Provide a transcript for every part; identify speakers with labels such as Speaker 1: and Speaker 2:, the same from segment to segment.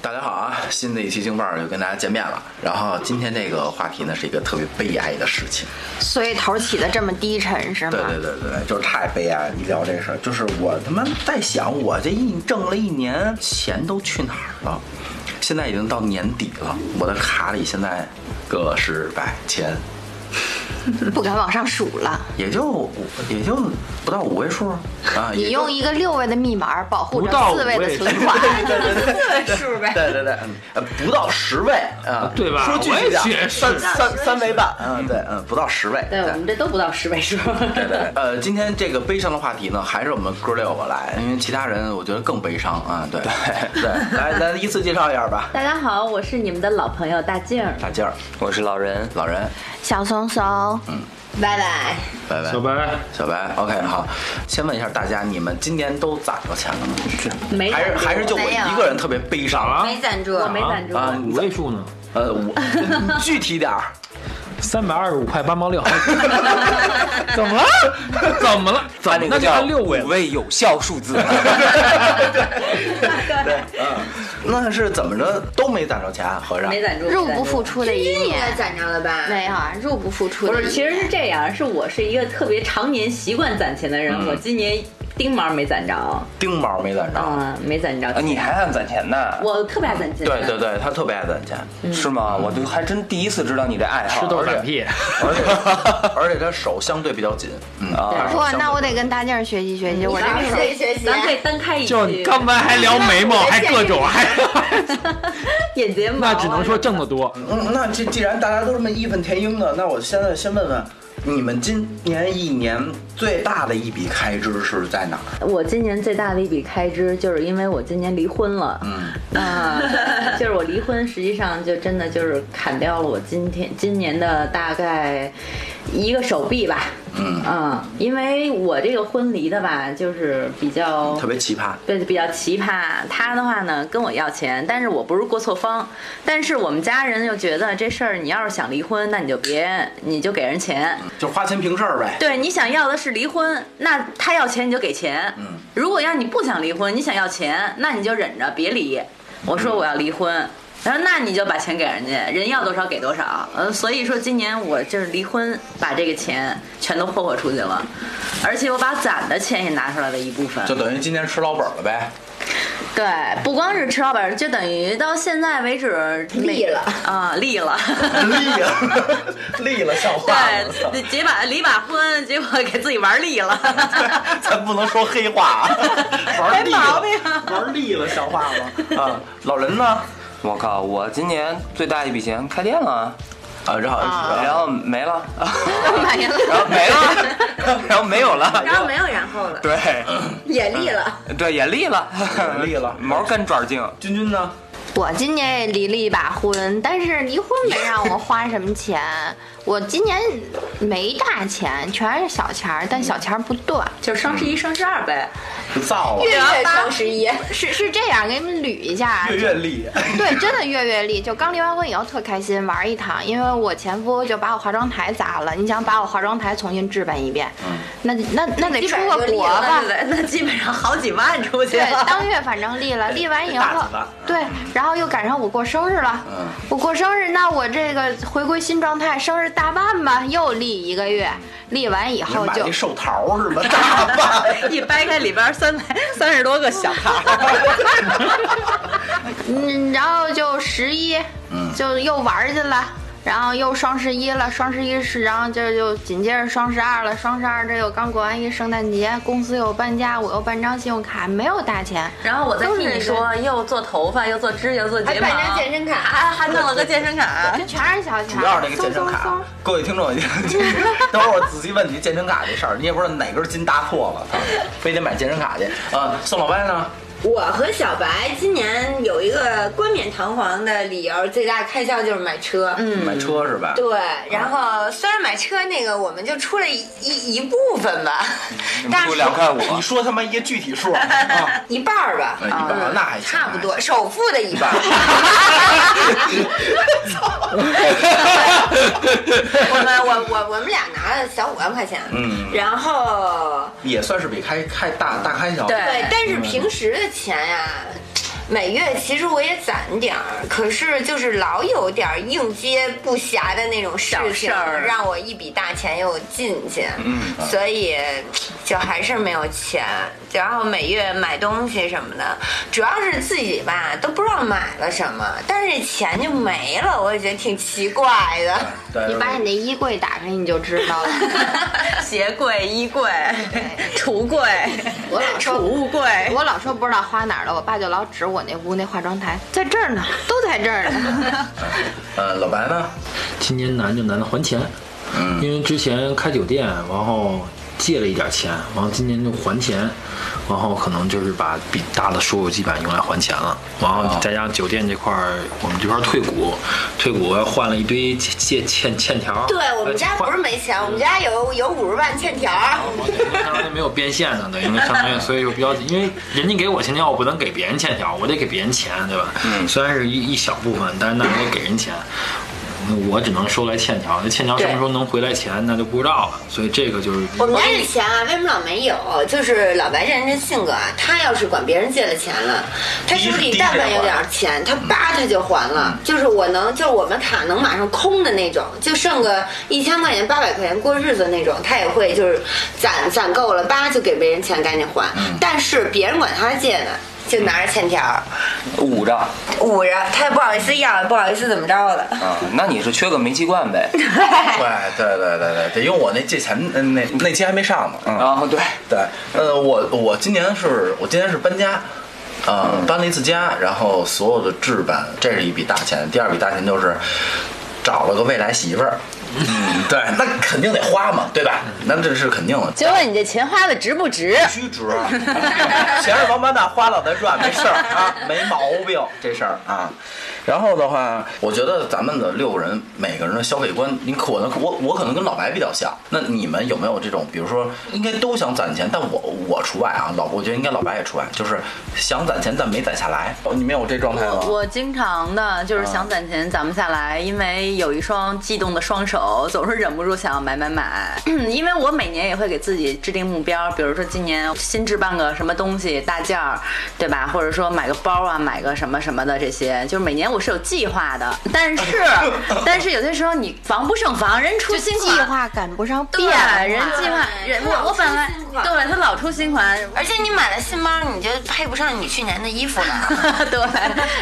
Speaker 1: 大家好啊！新的一期京范儿又跟大家见面了。然后今天这个话题呢，是一个特别悲哀的事情。
Speaker 2: 所以头起的这么低沉是吗？
Speaker 1: 对对对对对，就是太悲哀了。一聊这事儿，就是我他妈在想，我这一挣了一年钱都去哪儿了？现在已经到年底了，我的卡里现在个十百千，
Speaker 2: 不敢往上数了。
Speaker 1: 也就五也就不到五位数啊。也
Speaker 2: 你
Speaker 1: 就
Speaker 2: 用一个六位的密码保护
Speaker 3: 不到
Speaker 2: 着
Speaker 3: 五
Speaker 2: 四位的
Speaker 3: 位
Speaker 2: 存款，
Speaker 1: 对对对
Speaker 2: 四位 数 呗。
Speaker 1: 对对对，嗯呃，不到十位啊，
Speaker 3: 对吧
Speaker 1: 说具
Speaker 3: 我
Speaker 1: 体
Speaker 3: 也
Speaker 1: 点
Speaker 3: 觉
Speaker 1: 儿，
Speaker 3: 得
Speaker 1: 三
Speaker 3: 是
Speaker 1: 三三位半，嗯，对，嗯，不到十位，
Speaker 4: 对，我们这都不到十位数。
Speaker 1: 对 对，对呃，今天这个悲伤的话题呢，还是我们哥六个来，因为其他人我觉得更悲伤啊。 对对，来，咱依次介绍一下吧。
Speaker 4: 大家好，我是你们的老朋友大静儿。
Speaker 1: 大劲儿，
Speaker 5: 我是老人，
Speaker 1: 老人，
Speaker 2: 小松松，
Speaker 4: 拜拜。
Speaker 1: 拜拜
Speaker 3: 小，白，
Speaker 1: 小白，OK，好。先问一下大家，你们今年都攒着钱了吗？
Speaker 4: 没
Speaker 1: 还是
Speaker 4: 有
Speaker 1: 还是就我
Speaker 2: 没有
Speaker 1: 一个人特别悲伤
Speaker 3: 啊
Speaker 2: 没赞助，
Speaker 4: 我没攒住。
Speaker 1: 啊？
Speaker 3: 五位数呢？
Speaker 1: 呃，我你具体点儿，
Speaker 3: 三百二十五块八毛六，怎么了？怎么了？怎
Speaker 5: 把
Speaker 3: 么
Speaker 5: 那
Speaker 3: 那就
Speaker 5: 个叫
Speaker 3: 按六位
Speaker 5: 五
Speaker 3: 了？
Speaker 5: 位有效数字。
Speaker 1: 嗯那是怎么着都没攒着钱，啊合着
Speaker 4: 没攒住，
Speaker 2: 入
Speaker 4: 没攒
Speaker 2: 不
Speaker 4: 住
Speaker 2: 敷。出的一年，
Speaker 6: 攒着了吧？
Speaker 2: 没有啊，入不敷出
Speaker 4: 不
Speaker 2: 的一
Speaker 4: 是，
Speaker 2: 年。
Speaker 4: 其实是这样，是我是一个特别常年习惯攒钱的人，我今年丁毛没攒着，
Speaker 1: 丁毛没攒着。
Speaker 4: 啊、没攒着
Speaker 5: 啊，。你还按攒钱呢？
Speaker 4: 我特别爱攒钱。
Speaker 1: 对对对，他特别爱攒钱，
Speaker 5: 是吗？我就还真第一次知道你这爱好。
Speaker 3: 吃豆
Speaker 5: 而且
Speaker 3: 反屁，
Speaker 1: 而且 而且他手相对比较紧，嗯
Speaker 5: 啊
Speaker 1: 他手
Speaker 2: 哇，
Speaker 1: 相
Speaker 2: 那
Speaker 1: 对
Speaker 2: 我得跟大静儿学习学习，我啊这
Speaker 4: 咱
Speaker 2: 个
Speaker 4: 们
Speaker 2: 手
Speaker 4: 可
Speaker 6: 可
Speaker 4: 以啊
Speaker 6: 以学习。
Speaker 4: 咱可以单开一期，
Speaker 3: 就你刚才还聊眉毛，还各种，还
Speaker 4: 眼睫毛，
Speaker 3: 那只能说挣得多。
Speaker 1: 嗯，那这既然大家都这么义愤填膺的，那我现在先问问，你们今年一年最大的一笔开支是在哪儿？
Speaker 4: 我今年最大的一笔开支，就是因为我今年离婚了。嗯， 啊、就是我离婚，实际上就真的就是砍掉了我今天今年的大概一个手臂吧。嗯，因为我这个婚离的吧，就是比较
Speaker 1: 特别奇葩，
Speaker 4: 对，比较奇葩。他的话呢，跟我要钱，但是我不是过错方，但是我们家人就觉得这事儿，你要是想离婚，那你就别，你就给人钱。
Speaker 1: 就是花钱平事儿呗。
Speaker 4: 对，你想要的是离婚，那他要钱你就给钱。嗯，如果要你不想离婚，你想要钱，那你就忍着别离。我说我要离婚，然后那你就把钱给人家，人要多少给多少。呃，所以说今年我就是离婚，把这个钱全都霍霍出去了，而且我把攒的钱也拿出来了一部分。
Speaker 1: 就等于今年吃老本了呗，
Speaker 4: 对，不光是吃老本，就等于到现在为止
Speaker 6: 立了
Speaker 4: 啊，立了。
Speaker 1: 立了，立了，像话吗？
Speaker 4: 对，结把离把婚，结果给自己玩立了。
Speaker 1: 咱不能说黑话啊，玩腻
Speaker 4: 没毛
Speaker 1: 了
Speaker 4: 病啊，
Speaker 1: 玩腻了，像话吗？啊，老人呢？
Speaker 5: 我靠，我今年最大一笔钱开店了啊，
Speaker 1: 啊，然后
Speaker 5: 然后没了，
Speaker 2: 没了。
Speaker 5: 然后没了， 然后没有了，
Speaker 6: 然后没有然后了，
Speaker 5: 对
Speaker 6: 也立了。
Speaker 5: 对，也立了，
Speaker 1: 也立了
Speaker 5: 毛干爪净。
Speaker 1: 君君呢？
Speaker 2: 我今年也离了一把婚，但是离婚没让我花什么钱，我今年没大钱，全是小钱儿，但小钱儿不断。
Speaker 4: 就是双十一、双十二呗。
Speaker 1: 就造了，
Speaker 6: 月月双十一，
Speaker 2: 是是这样，给你们捋一下，
Speaker 1: 月月立，
Speaker 2: 对，真的月月历，就刚离完婚以后特开心玩一趟，因为我前夫就把我化妆台砸了，你想把我化妆台重新置办一遍，
Speaker 1: 嗯
Speaker 2: 那那那得出个国吧
Speaker 4: 对。对，那基本上好几万出去
Speaker 2: 对，
Speaker 4: 了。
Speaker 2: 当月反正立了，立完以
Speaker 1: 大
Speaker 2: 后
Speaker 1: 几万，
Speaker 2: 对，然后又赶上我过生日了，
Speaker 1: 嗯
Speaker 2: 我过生日，那我这个回归新状态，生日大办吧，又立一个月，立完以
Speaker 1: 你
Speaker 2: 后
Speaker 1: 买
Speaker 2: 就
Speaker 1: 那寿桃是吧？大吧，
Speaker 4: 一掰开里边三百三十多个小 孩，
Speaker 2: 嗯，然后就十一，
Speaker 1: 嗯
Speaker 2: 就又玩儿去了，然后又双十一了，双十一是，然后这就紧接着双十二了，双十二这又刚过完一圣诞节，公司又搬家，我又办张信用卡，没有大钱，
Speaker 4: 然后我再替你说，又做头发，又做指甲，又做
Speaker 6: 还
Speaker 4: 睫毛，
Speaker 6: 办张健身卡。
Speaker 4: 还还弄了个健身卡。
Speaker 2: 这全是小
Speaker 1: 啊
Speaker 2: 钱
Speaker 1: 主要
Speaker 2: 儿，
Speaker 1: 是那个健身
Speaker 2: 松松
Speaker 1: 卡啊
Speaker 2: 松。
Speaker 1: 各位听众，等会儿我仔细问你健身卡这事儿，你也不知道哪根筋搭错了，操非得买健身卡去。啊，宋老歪呢？
Speaker 6: 我和小白今年有一个冠冕堂皇的理由，最大开销就是买车。嗯。
Speaker 1: 买车是吧？
Speaker 6: 对，然后虽然买车那个我们就出了一一一部分吧，
Speaker 1: 嗯
Speaker 6: 但
Speaker 5: 出
Speaker 6: 是
Speaker 5: 两块五，
Speaker 1: 你说他妈一个具体数 啊？
Speaker 6: 一半儿吧嗯
Speaker 1: 哎，一般那还行
Speaker 6: 差不多，首付的一半儿。 我们我我我们俩拿了小五万块钱，
Speaker 1: 嗯
Speaker 6: 然后
Speaker 1: 也算是比开开大大开销。
Speaker 4: 对
Speaker 6: 对，但是平时的钱呀、每月其实我也攒点儿，可是就是老有点儿应接不暇的那种事
Speaker 4: 小
Speaker 6: 情，
Speaker 4: 事儿嗯啊
Speaker 6: 让我一笔大钱又进去，所以就还是没有钱。然后每月买东西什么的，主要是自己吧都不知道买了什么，但是钱就没了，我也觉得挺奇怪的。
Speaker 1: 对，
Speaker 2: 你把你的衣柜打开，你就知道了。
Speaker 4: 鞋柜、衣柜、橱柜、
Speaker 2: 我老
Speaker 4: 储
Speaker 2: 说，
Speaker 4: 物柜，
Speaker 2: 我老说不知道花哪儿了，我爸就老指我那屋那化妆台，在这儿呢，都在这儿 呢。
Speaker 1: 呃，老白呢？
Speaker 3: 今年难就难在还钱，因为之前开酒店，然后借了一点钱，然后今年就还钱，然后可能就是把比大的所有基本用来还钱了，然后再加上酒店这块儿，我们这块儿退股，退股要换了一堆借借欠欠条，
Speaker 6: 对我们家不是没钱，我们家有有五十万欠条儿。
Speaker 4: 啊
Speaker 3: 相当于没有变现呢，等于相当于，所以就比较，因为人家给我欠条，我不能给别人欠条，我得给别人钱，对吧？嗯，虽然是一一小部分，但是那我得给人钱，我只能收来欠条，那欠条什么时候能回来钱，那就不知道了。所以这个就是
Speaker 6: 我们家这钱啊，为什么老没有？就是老白这人这性格啊，他要是管别人借了钱了，他手里但凡有点钱，他叭他就还了。就是我能，就是我们卡能马上空的那种，就剩个一千块钱、八百块钱过日子那种，他也会就是攒攒够了，叭就给别人钱赶紧还。但是别人管他借呢，就拿着欠条儿
Speaker 5: 捂着啊
Speaker 6: 捂着，他也不好意思要，也不好意思怎么着的。，
Speaker 5: 那你是缺个煤气 罐呗？
Speaker 1: 对对对对对，得用我那借钱那那那期还没上呢。嗯，
Speaker 5: 啊，对，
Speaker 1: 对，呃，我我今年是我今年是搬家，呃，搬了一次家，然后所有的置办，这是一笔大钱。第二笔大钱就是找了个未来媳妇儿，嗯，对，那肯定得花嘛，对吧？那这是肯定的，
Speaker 4: 就问你这钱花的值不值？
Speaker 1: 必须值，钱是王八蛋，花脑袋转，没事儿啊，没毛病这事儿啊。然后的话，我觉得咱们的六个人每个人的消费观，你可能我我可能跟老白比较像。那你们有没有这种，比如说应该都想攒钱，但我我除外啊，老我觉得应该老白也除外，就是想攒钱但没攒下来。哦你们有这状态吗？
Speaker 4: 我经常的
Speaker 1: 啊
Speaker 4: 就是想攒钱攒不下来，因为有一双悸动的双手，总是忍不住想要买买买。 因为我每年也会给自己制定目标，比如说今年新置办个什么东西大件儿，对吧？或者说买个包啊，买个什么什么的这些，就是每年我是有计划的。但是， 但是有些时候你防不胜防，人出新款
Speaker 2: 计划赶不上变
Speaker 4: 对
Speaker 2: 化，，
Speaker 4: 人计划
Speaker 6: 对
Speaker 4: 人
Speaker 6: 他老
Speaker 4: 我我
Speaker 6: 出
Speaker 4: 本来
Speaker 6: 新款
Speaker 4: 对他老出新款，
Speaker 6: 而且你买了新包，你就配不上你去年的衣服了。
Speaker 4: 对，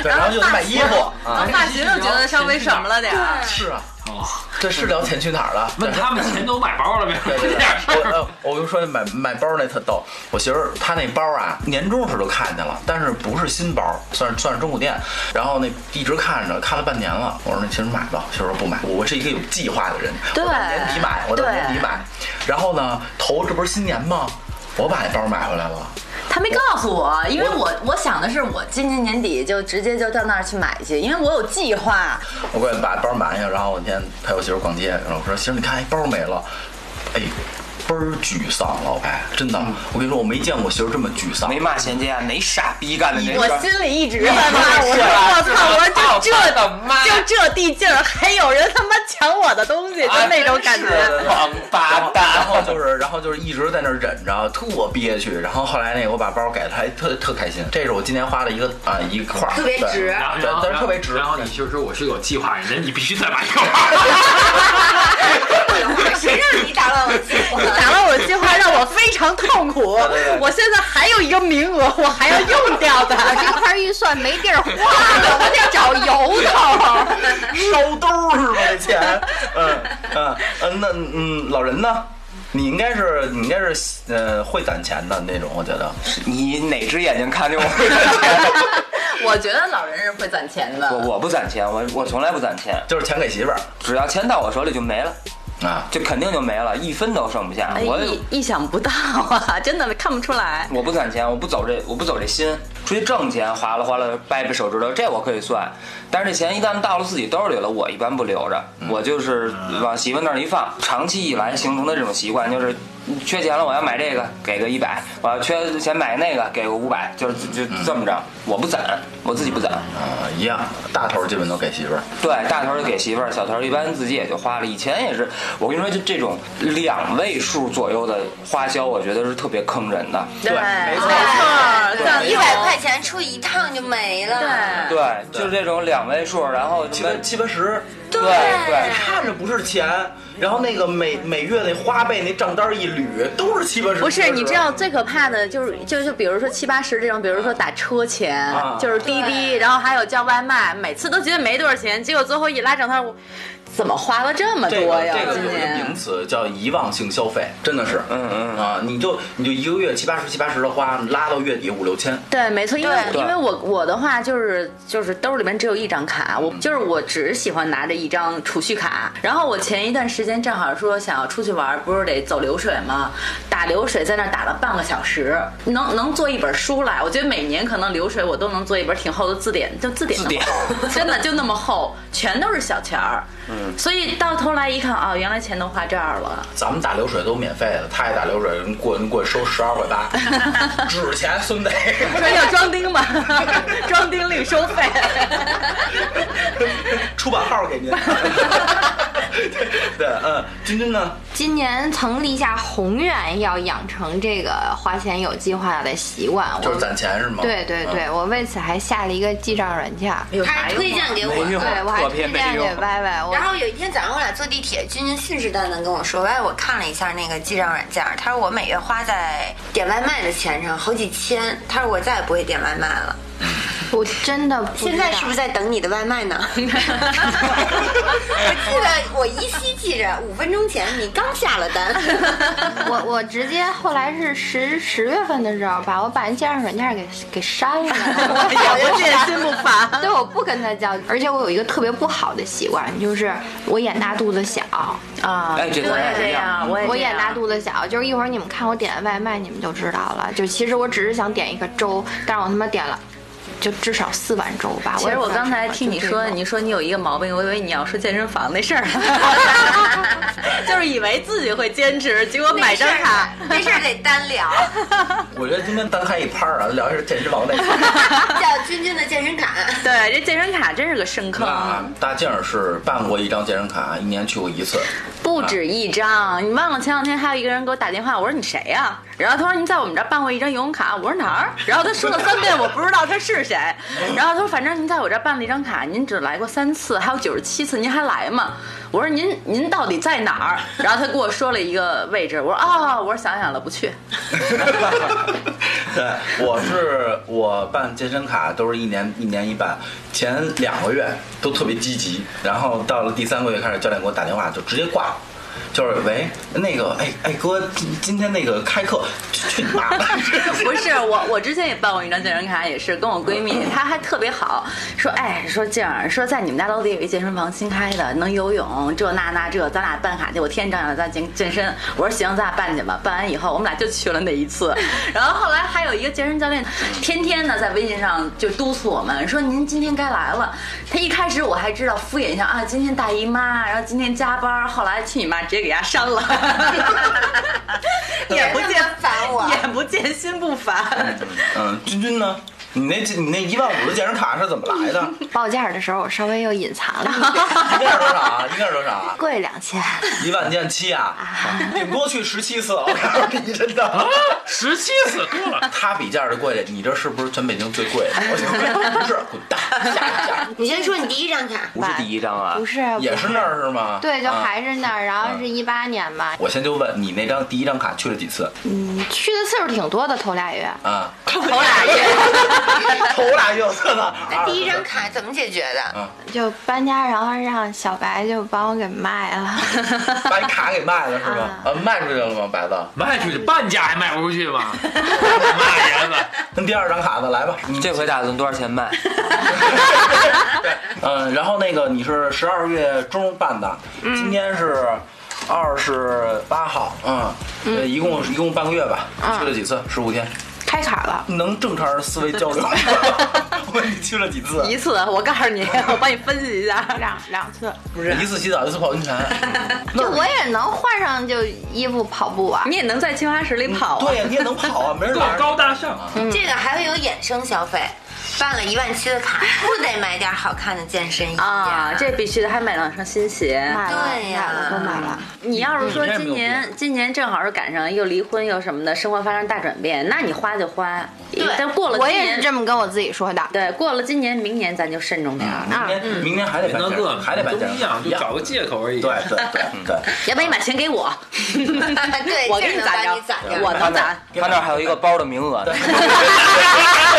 Speaker 1: 对，然后就得买衣服啊，
Speaker 4: 发型又觉得稍微什么了点儿。
Speaker 1: 是啊，
Speaker 3: 哦，
Speaker 1: 这是聊钱去哪儿了？
Speaker 3: 问他们钱都买包了没有？
Speaker 1: 对对
Speaker 3: 这
Speaker 1: 对
Speaker 3: 点事
Speaker 1: 我
Speaker 3: 儿。
Speaker 1: 呃我跟你说，买买包那特逗。我媳妇儿她那包啊，年终时候就看见了，但是不是新包，算是算是中古店。然后那一直看着，看了半年了。我说那其实买吧，媳妇儿说不买。我是一个有计划的人，
Speaker 4: 对
Speaker 1: 我到年底买，我到
Speaker 4: 对
Speaker 1: 年底买。然后呢，头这不是新年吗？我把那包买回来了。
Speaker 4: 他没告诉我，因为我我想的是我今年年底就直接就到那儿去买去，因为我有计划。
Speaker 1: 我过来把包买下，然后我那天陪我媳妇儿逛街，然后我说媳妇儿你看，哎，包没了，哎。倍儿沮丧，老白，真的，我跟你说，我没见过媳妇儿这么沮丧。
Speaker 5: 没骂衔接啊，哪傻逼干的那事
Speaker 4: 我
Speaker 5: 儿？
Speaker 4: 心里一直在骂，我
Speaker 5: 是
Speaker 4: 说
Speaker 5: 啊
Speaker 4: 我操，我说就
Speaker 5: 我
Speaker 4: 这
Speaker 5: 的妈
Speaker 4: 就这地劲儿，还有人他妈抢我的东西，就
Speaker 5: 啊
Speaker 4: 那种感觉。
Speaker 5: 王八
Speaker 1: 然
Speaker 5: 蛋！
Speaker 1: 后就是，然后就是一直在那儿忍着，特憋屈。然后后来那个我把包给他，还特特开心。这是我今年花的一个啊、一块儿，
Speaker 6: 特别
Speaker 1: 对
Speaker 6: 值
Speaker 3: 然后
Speaker 1: 对，但是特别值。
Speaker 3: 然后你就说我是有计划人，你必须再买一个包。
Speaker 6: 谁让你打乱我计划？
Speaker 4: 打乱我的计划，让我非常痛苦。
Speaker 5: 啊
Speaker 4: 我现在还有一个名额，我还要用掉 的。
Speaker 2: 我这块预算没地儿花 了，我得找由头。
Speaker 1: 烧兜儿是吧？这 钱，嗯嗯嗯，那嗯，老人呢？你应该是你应该是呃会攒钱的那种，我觉得。
Speaker 5: 你哪只眼睛看见我会攒钱？
Speaker 4: 我觉得老人是会攒钱的
Speaker 5: 我我不攒钱，我我从来不攒钱，
Speaker 1: 就是钱给媳妇儿
Speaker 5: 只要钱到我手里就没了，
Speaker 1: 啊，
Speaker 5: 就肯定就没了，一分都剩不下。
Speaker 4: 哎
Speaker 5: 我
Speaker 4: 意意想不到啊，真的看不出来。
Speaker 5: 我不攒钱，我不走这，我不走这心，出去挣钱，哗啦哗啦掰掰手指头，这我可以算。但是这钱一旦到了自己兜里了，我一般不留着，我就是往媳妇那儿一放。长期以来形成的这种习惯就是。缺钱了，我要买这个，给个一百；我要缺钱买那个，给个五百，就是就就这么着。我不攒，我自己不攒。
Speaker 1: 啊、一样，大头儿基本都给媳妇儿。
Speaker 5: 对，大头儿就给媳妇儿，小头儿一般自己也就花了。以前也是，我跟你说，就这种两位数左右的花销，我觉得是特别坑人的。
Speaker 4: 对，没错
Speaker 6: 一百块钱出一趟就没了。
Speaker 4: 对，
Speaker 5: 对，就是这种两位数，然后
Speaker 1: 七
Speaker 5: 什么
Speaker 1: 八七八十，
Speaker 5: 对
Speaker 6: 对
Speaker 1: 看着不是钱，然后那个每每月那花呗那账单一捋，都是七八十。
Speaker 4: 不是，
Speaker 1: 70
Speaker 4: 你知道最可怕的就是就就比如说七八十这种，比如说打车钱，
Speaker 1: 啊
Speaker 4: 就是滴滴，
Speaker 6: 对
Speaker 4: 然后还有叫外卖，每次都觉得没多少钱，结果最后一拉账单，我怎么花了这么
Speaker 1: 这
Speaker 4: 多
Speaker 1: 个
Speaker 4: 呀？
Speaker 1: 这个有
Speaker 4: 今
Speaker 1: 一个名
Speaker 4: 年
Speaker 1: 词叫遗忘性消费，真的是，
Speaker 5: 嗯嗯
Speaker 1: 啊，你就你就一个月七八十七八十的花，拉到月底五六千，
Speaker 4: 对，没错，因为
Speaker 5: 对
Speaker 4: 因为我我的话就是就是兜里面只有一张卡，我就是我只喜欢拿着一张储蓄卡。然后我前一段时间正好说想要出去玩，不是得走流水吗？打流水在那儿打了半个小时，能能做一本书来。我觉得每年可能流水我都能做一本挺厚的字典，就字典那
Speaker 5: 字
Speaker 4: 么
Speaker 5: 典
Speaker 4: 厚，真的就那么厚，全都是小钱儿。嗯，所以到头来一看啊、原来钱都花这儿 了。
Speaker 1: 咱们打流水都免费的，他也打流水，人过人过去收十二块八， 纸钱孙子。
Speaker 4: 说要装钉吧， 装钉另收费。
Speaker 1: 出版号给您。 对，嗯，君君呢？
Speaker 2: 今年曾立下宏愿，要养成这个花钱有计划的习惯。我
Speaker 1: 就是攒钱是吗？嗯
Speaker 2: 对对对，我为此还下了一个记账软件儿，
Speaker 1: 哎
Speaker 4: 有
Speaker 6: 他
Speaker 4: 啥
Speaker 6: 还
Speaker 4: 用
Speaker 6: 推
Speaker 4: 啊
Speaker 6: 荐给我
Speaker 5: 没用
Speaker 6: 的。
Speaker 2: 对我还
Speaker 5: 特
Speaker 2: 推荐
Speaker 5: 别没
Speaker 2: 给
Speaker 5: 用
Speaker 2: 歪歪。我
Speaker 6: 然后有一天早上我俩坐地铁，君君信誓旦旦跟我说：“哎，我看了一下那个记账软件儿，他说我每月花在点外卖的钱上好几千，他说我再也不会点外卖了。
Speaker 2: 我真的不
Speaker 6: 现在是
Speaker 2: 是
Speaker 6: 不是在等你的外卖呢？我记得我依稀记着，五分钟前你刚下了 单。
Speaker 2: 我我直接后来是十十月份的时候吧，我把那记账软件儿给给删了。
Speaker 4: 哎我 这也心不烦。
Speaker 2: 对，我不跟他较劲，而且我有一个特别不好的习惯，就是我眼大肚子小。
Speaker 4: 啊，
Speaker 5: 哎这
Speaker 4: 我
Speaker 5: 咱
Speaker 4: 也
Speaker 5: 俩
Speaker 4: 这
Speaker 5: 一
Speaker 4: 样，
Speaker 5: 样
Speaker 4: 我也
Speaker 2: 我
Speaker 4: 这样
Speaker 2: 眼大。肚子小，就是一会儿你们看我点的外卖，你们就知道了。就其实我只是想点一个粥，但是我他妈点了，就至少四碗粥吧。
Speaker 4: 其
Speaker 2: 也
Speaker 4: 实
Speaker 2: 不
Speaker 4: 我
Speaker 2: 知道
Speaker 4: 刚才
Speaker 2: 是什么
Speaker 4: 听你
Speaker 2: 就这
Speaker 4: 说，
Speaker 2: 种
Speaker 4: 你说你有一个毛病，我以为你要说健身房那事儿，就是以为自己会坚持，结果买张卡。
Speaker 6: 没事儿得单聊。
Speaker 1: 我觉得今天单开一趴儿啊，聊一下健身房那个。
Speaker 6: 叫君君的健身卡，
Speaker 4: 对，这健身卡真是个深坑，啊
Speaker 1: 那啊大静儿是办过一张健身卡，一年去过一次。
Speaker 4: 不止一张。你忘了前两天还有一个人给我打电话，我说你谁呀、然后他说你在我们这儿办过一张游泳卡，我说哪儿？然后他说了三遍，我不知道他是谁。然后他说反正您在我这儿办了一张卡，您只来过三次，还有九十七次，您还来吗？我说您您到底在哪儿？然后他给我说了一个位置，我说啊、我说想想了，不去。
Speaker 1: 对，我是我办健身卡都是一年一年一办，前两个月都特别积极，然后到了第三个月开始，教练给我打电话就直接挂了。就是喂，那个，哎哎哥，今今天那个开课去去你妈的！
Speaker 4: 不是我，我之前也办过一张健身卡，也是跟我闺蜜，她还特别好，说哎，说静儿，说在你们家楼底有一健身房新开的，能游泳，这那那这，咱俩办卡去，我天天找你咱健健身。我说行，咱俩办去吧。办完以后，我们俩就去了那一次。然后后来还有一个健身教练，天天呢在微信上就督促我们说您今天该来了。他一开始我还知道敷衍一下啊，今天大姨妈，然后今天加班，后来去你妈，直接给他删了， 也 不
Speaker 6: 别
Speaker 4: 见
Speaker 6: 这么烦我
Speaker 4: 眼不见心不烦。
Speaker 1: 嗯，君君呢？你那你那一万五的健身卡是怎么来的？
Speaker 2: 报价的时候，我稍微又隐藏了 一
Speaker 1: 一
Speaker 2: 点，
Speaker 1: 件多少啊？一件多少啊？
Speaker 2: 贵两千。
Speaker 1: 一万件七啊，顶多去十七次，我告诉你，真的。
Speaker 3: 十七次够了，
Speaker 1: 他比价儿的贵，你这是不是全北京最贵的？我就不是，滚蛋，下一家。
Speaker 6: 你先说你第一张卡。
Speaker 5: 不是第一张啊
Speaker 2: 不，是，
Speaker 1: 也是那儿是吗？
Speaker 2: 对，就
Speaker 1: 啊
Speaker 2: 还是那儿，然后是一八年吧，
Speaker 1: 我先就问你那张第一张卡去了几次
Speaker 2: 去的次数挺多的，头俩月。
Speaker 1: 啊？
Speaker 4: 头俩月，
Speaker 1: 头俩月次呢？
Speaker 6: 那哎第一张卡怎么解决的？
Speaker 2: 就搬家，然后让小白就帮我给卖了。
Speaker 1: 把你卡给卖了是吗？呃，卖出去了吗，白子？
Speaker 3: 卖出去半价还卖不出去吗？妈爷子，
Speaker 1: 那第二张卡呢？来吧。
Speaker 5: 这回打算多少钱卖？
Speaker 1: 嗯，然后那个你是十二月中办的，今天是二十八号，嗯，呃一共一共半个月吧，去了几次？十五天，
Speaker 2: 开卡了，
Speaker 1: 能正常人思维交 流吗？我问你去了几次？
Speaker 4: 一次，啊我告诉你， 我帮你分析一下。
Speaker 2: 两两次，
Speaker 1: 一次洗澡，一次泡温泉。
Speaker 2: 就我也能换上就衣服跑步啊。
Speaker 4: 你也能在青花石里跑啊？
Speaker 1: 对呀，你也能跑啊，没人
Speaker 3: 够
Speaker 1: 拦着。
Speaker 6: 嗯
Speaker 3: 高大上。
Speaker 6: 这个还会有衍生消费，办了一万七的卡，不得买点好看的健身衣
Speaker 4: 啊
Speaker 6: 呀，？
Speaker 4: 这必须的，还买了双新鞋。
Speaker 2: 买了，
Speaker 6: 对呀
Speaker 2: 买了，都买了。
Speaker 4: 你要是说
Speaker 1: 嗯你这没有
Speaker 4: 今年今年正好是赶上又离婚又什么的，生活发生大转变，那你花就花。
Speaker 6: 对
Speaker 4: 但过了
Speaker 2: 我
Speaker 4: 今
Speaker 2: 也
Speaker 4: 年
Speaker 2: 是这么跟我自己说的。
Speaker 4: 对，过了今年明年咱就慎重点儿。
Speaker 1: 啊
Speaker 4: 啊
Speaker 1: 明
Speaker 4: 嗯
Speaker 1: 年明年还得
Speaker 3: 别
Speaker 1: 办
Speaker 3: 当
Speaker 1: 健
Speaker 3: 个
Speaker 1: 身，还得办
Speaker 3: 都
Speaker 1: 健身
Speaker 3: 一样，就
Speaker 1: 一样
Speaker 3: 找个借口而已。
Speaker 1: 对对对 对。
Speaker 4: 要不然你把钱给我，
Speaker 6: 对
Speaker 4: 我给
Speaker 6: 这能
Speaker 4: 攒
Speaker 6: 帮
Speaker 4: 着
Speaker 6: 你攒着，
Speaker 4: 我能
Speaker 1: 啊
Speaker 4: 攒。
Speaker 5: 他那儿还有一个包的名额呢，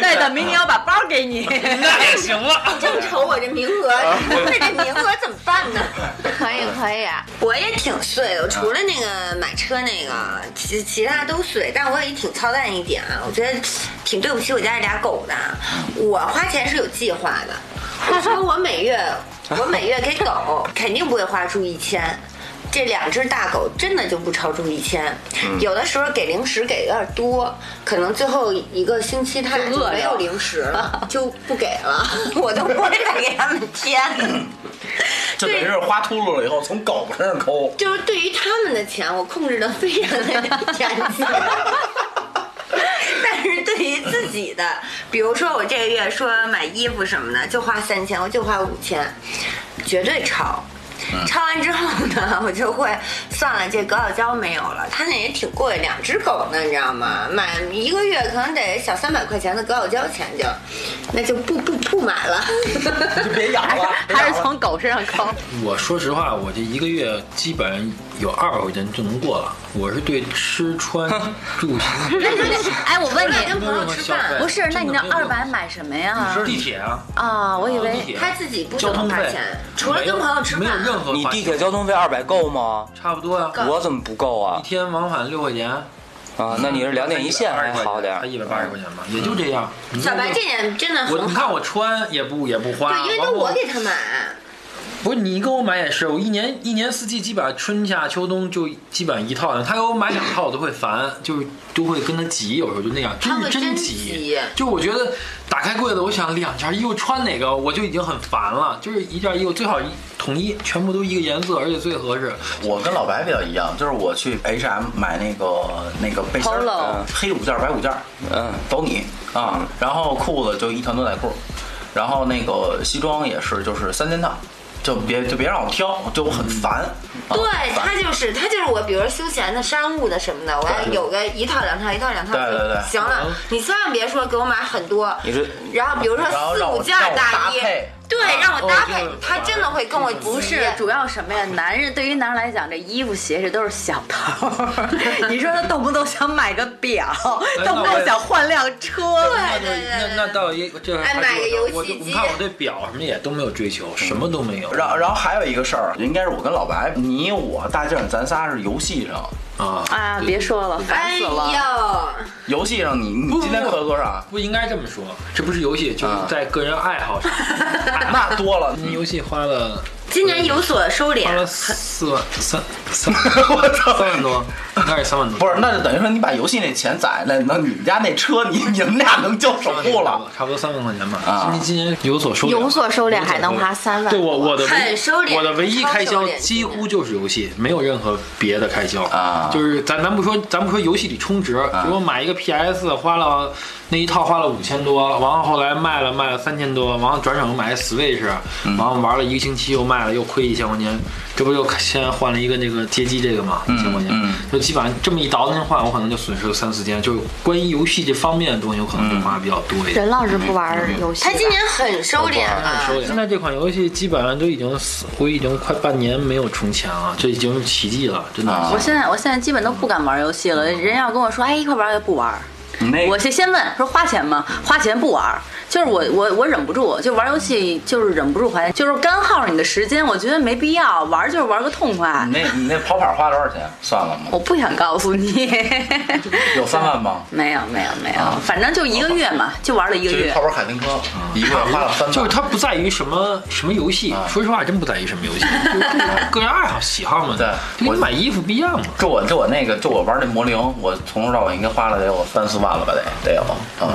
Speaker 4: 对的，明年我把包给 你。
Speaker 5: 那 也行了。
Speaker 6: 正愁我这名额，那这名额怎么办呢？
Speaker 2: 可以可以，啊
Speaker 6: 我也挺碎
Speaker 4: 啊
Speaker 6: 的，我除了那个买车那个，其其他都碎。但我也挺操蛋一点啊，我觉得挺对不起我家这俩狗的。啊我花钱是有计划的，我说我每 月我每月给狗肯定不会花出一千。这两只大狗真的就不超出一千，
Speaker 4: 嗯
Speaker 6: 有的时候给零食给的有点多，可能最后一个星期它俩
Speaker 4: 就饿
Speaker 6: 就
Speaker 4: 着
Speaker 6: 没有零食了，就不给了， 我都不会再给它们添。
Speaker 1: 就等于是花秃噜了以后从狗身上抠。
Speaker 6: 就是对于他们的钱，我控制的非常的 严谨。但是对于自己的，比如说我这个月说买衣服什么的，就花三千，我就花五千，绝对超。
Speaker 3: 嗯
Speaker 6: 超完之后呢， 我就会算了，这隔脚胶没有了，它那也挺贵，两只狗呢，你知道吗？买一个月可能得小三百块钱的隔脚胶钱就，那就不不不买了。
Speaker 1: 就别养了，
Speaker 4: 还是从狗身上抠，
Speaker 3: 我说实话，我这一个月基本有二百块钱就能过了。我是对吃穿住行
Speaker 4: 那你那哎，我问
Speaker 6: 跟
Speaker 4: 你，
Speaker 3: 没
Speaker 6: 朋
Speaker 3: 有任
Speaker 6: 友
Speaker 3: 何
Speaker 6: 吃
Speaker 3: 消
Speaker 6: 饭，
Speaker 3: 费，
Speaker 4: 不是，那你
Speaker 3: 真
Speaker 4: 那
Speaker 3: 的没有
Speaker 4: 二
Speaker 3: 任何
Speaker 4: 百买什么
Speaker 6: 嗯
Speaker 4: 呀？
Speaker 3: 消费地铁啊，
Speaker 4: 啊，我以
Speaker 3: 地
Speaker 4: 为
Speaker 3: 铁
Speaker 6: 他自己不
Speaker 3: 交
Speaker 6: 怎么
Speaker 3: 通
Speaker 6: 花
Speaker 3: 费
Speaker 6: 钱，除了跟朋友吃
Speaker 3: 没有
Speaker 6: 饭。啊
Speaker 3: 任何
Speaker 5: 你
Speaker 3: 花
Speaker 5: 地
Speaker 3: 销
Speaker 5: 铁交通费二百够吗？
Speaker 3: 差不多啊，
Speaker 5: 我怎么不够啊
Speaker 3: 一？天往返六块钱，
Speaker 5: 啊，那你是两
Speaker 3: 嗯
Speaker 5: 点一线还好点儿
Speaker 3: 才，一百八十块钱吧，也就这样。你
Speaker 6: 小
Speaker 3: 看
Speaker 6: 白
Speaker 3: 我
Speaker 6: 这点真的
Speaker 3: 我
Speaker 6: 很
Speaker 3: 你
Speaker 6: 好，
Speaker 3: 看我穿也不也不花，
Speaker 6: 对，因为
Speaker 3: 然
Speaker 6: 都
Speaker 3: 后
Speaker 6: 我给他买，
Speaker 3: 不是你给我买也是，我一年一年四季基本上春夏秋冬就基本上一套，他给我买两套我都会烦，就是都会跟他急，有时候就那样，真
Speaker 6: 他
Speaker 3: 是
Speaker 6: 会真
Speaker 3: 急
Speaker 6: 急。
Speaker 3: 就我觉得打开柜子，我想两件衣服穿哪个，我就已经很烦了。就是一件衣服最好统一，全部都一个颜色，而且最合适。
Speaker 1: 我跟老白比较一样，就是我去 H M 买那个那个背心儿
Speaker 4: Polo 嗯
Speaker 1: 嗯黑五件儿白五件儿，
Speaker 5: 嗯，
Speaker 1: 走你啊，然后裤子就一条牛仔裤，然后那个西装也是，就是三件套，就别就别让我挑，就我很烦。啊
Speaker 6: 对
Speaker 1: 烦
Speaker 6: 他就是他就是我，比如休闲的、商务的什么的，我要有个一套两套，一套两套，
Speaker 1: 对对对
Speaker 6: 行了，你千万别说给我买很多，
Speaker 5: 你是
Speaker 6: 然后比如说
Speaker 1: 然后
Speaker 6: 四
Speaker 1: 让我
Speaker 6: 五件大
Speaker 1: 让我搭
Speaker 6: 衣
Speaker 1: 配，啊哦
Speaker 6: 对，让我搭配，他真的会跟我
Speaker 4: 不是，主要什么呀？男人对于男人来讲，这衣服、鞋子都是小头 儿。你说他动不动想买个表，
Speaker 6: 哎
Speaker 4: 动不动想换辆车。
Speaker 6: 对
Speaker 3: 那
Speaker 6: 对对对
Speaker 3: 哎那那倒也这还
Speaker 6: 哎买个游戏
Speaker 3: 我就
Speaker 6: 机
Speaker 3: 你看我对表什么也都没有追求，什么都没有。
Speaker 1: 嗯然后，然后还有一个事儿，应该是我跟老白，你我大静儿，咱仨是游戏上，
Speaker 3: 啊，
Speaker 4: 啊，别说了，烦
Speaker 6: 哎
Speaker 4: 死
Speaker 6: 呦，
Speaker 4: 了。
Speaker 1: 游戏上你你
Speaker 3: 不
Speaker 1: 今天
Speaker 3: 不
Speaker 1: 喝多少？
Speaker 3: 不应该这么说，这不是游戏，就是
Speaker 1: 啊
Speaker 3: 在个人爱好 上。
Speaker 1: 那多了，
Speaker 3: 你游戏花了。
Speaker 6: 今年有所收
Speaker 3: 花
Speaker 6: 敛
Speaker 3: 了，四万三三
Speaker 1: 我操
Speaker 3: 三万多，应该是三万多，
Speaker 1: 不是，那就等于说你把游戏那钱攒下来，那你们家那车你 你们俩能交首付了。，
Speaker 3: 差不多三万块钱吧。
Speaker 1: 啊
Speaker 3: 今今年有所收敛，
Speaker 2: 有所收敛还能花三万
Speaker 3: 对我我的唯
Speaker 6: 很收敛
Speaker 3: 我的唯一开
Speaker 6: 超收
Speaker 3: 销
Speaker 6: 敛
Speaker 3: 几乎就是游戏，没有任何别的开销
Speaker 1: 啊
Speaker 3: 就是咱咱不说咱不说游戏里充值，比如买一个 PS 花了那一套花了五千多，然后后来卖了卖了三千多，然后转手又买 Switch，然
Speaker 1: 嗯
Speaker 3: 后玩了一个星期又卖了又亏一千块钱，这不又现在换了一个那个街机这个嘛，一千块钱
Speaker 1: 嗯，
Speaker 3: 就基本上这么一倒腾换，我可能就损失了三四千，就是关于游戏这方面的东西，我可能就花的比较多一点。
Speaker 2: 任老师不玩游戏吧，
Speaker 6: 他今年很收敛了，
Speaker 3: 现在这款游戏基本上都已经死，我已经快半年没有充钱了，这已经是奇迹了，真的。
Speaker 1: 啊
Speaker 4: 我现在我现在基本都不敢玩游戏了，人要跟我说，哎，一块玩就不玩。
Speaker 5: 你
Speaker 1: 哎
Speaker 5: 那
Speaker 4: 我先先问说花钱吗？花钱不玩儿，就是我我我忍不住，就玩游戏就是忍不住花钱，就是干耗你的时间，我觉得没必要玩儿就是玩个痛快
Speaker 1: 你。那你那跑跑花多少钱？算了吗？
Speaker 4: 我不想告诉你，
Speaker 1: 有三万吗？
Speaker 4: 没有没有没有，反正就一个月嘛，就玩了一个
Speaker 1: 就
Speaker 4: 月
Speaker 1: 跑。跑卡丁车，一个月花了三万。
Speaker 3: 就是它不在于什么什么游戏，
Speaker 1: 啊
Speaker 3: 说实话真不在于什么 游戏，就是个人爱好喜好嘛。
Speaker 1: 对
Speaker 3: 就
Speaker 1: 我
Speaker 3: 跟买衣服不一样嘛。
Speaker 1: 就我就我那个就我玩那魔灵，我从头到尾应该花了得有三四四万了吧，得得有，嗯。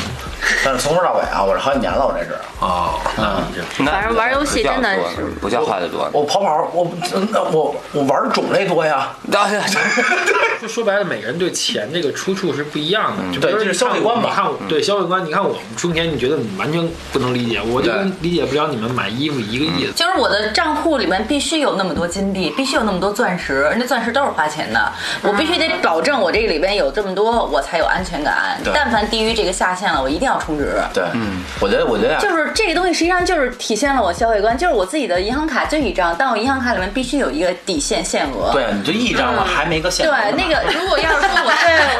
Speaker 1: 但是从头到尾啊，我这好几年了，我啊这是。
Speaker 3: 哦，那你这
Speaker 5: 那
Speaker 2: 反正玩游戏真的是
Speaker 5: 不叫花的多。
Speaker 1: 我跑跑，我那我我玩儿种类多呀，
Speaker 5: 那对
Speaker 3: 就说白了，每个人对钱这个出处是不一样的。
Speaker 1: 嗯
Speaker 3: 就
Speaker 1: 对
Speaker 3: 比
Speaker 1: 这
Speaker 3: 如说
Speaker 1: 是
Speaker 3: 你看
Speaker 1: 消费
Speaker 3: 我
Speaker 1: 观嗯吧
Speaker 3: 你看我对消费观，你看我们充钱，你觉得你完全不能理解，我就
Speaker 1: 对
Speaker 3: 跟理解不了你们买衣服一个意思。
Speaker 4: 就是我的账户里面必须有那么多金币，必须有那么多钻石，那钻石都是花钱的，我必须得保证我这里边有这么多，我才有安全感
Speaker 1: 对。
Speaker 4: 但凡低于这个下限了，我一定要充值。
Speaker 1: 对，嗯，我觉得我觉得呀
Speaker 4: 就是这个东西，实际上就是体现了我消费观，就是我自己的银行卡就一张，但我银行卡里面必须有一个底线限额。
Speaker 1: 对，你就一张了，还没个现
Speaker 4: 对
Speaker 1: 成的，
Speaker 4: 那个如果要是说我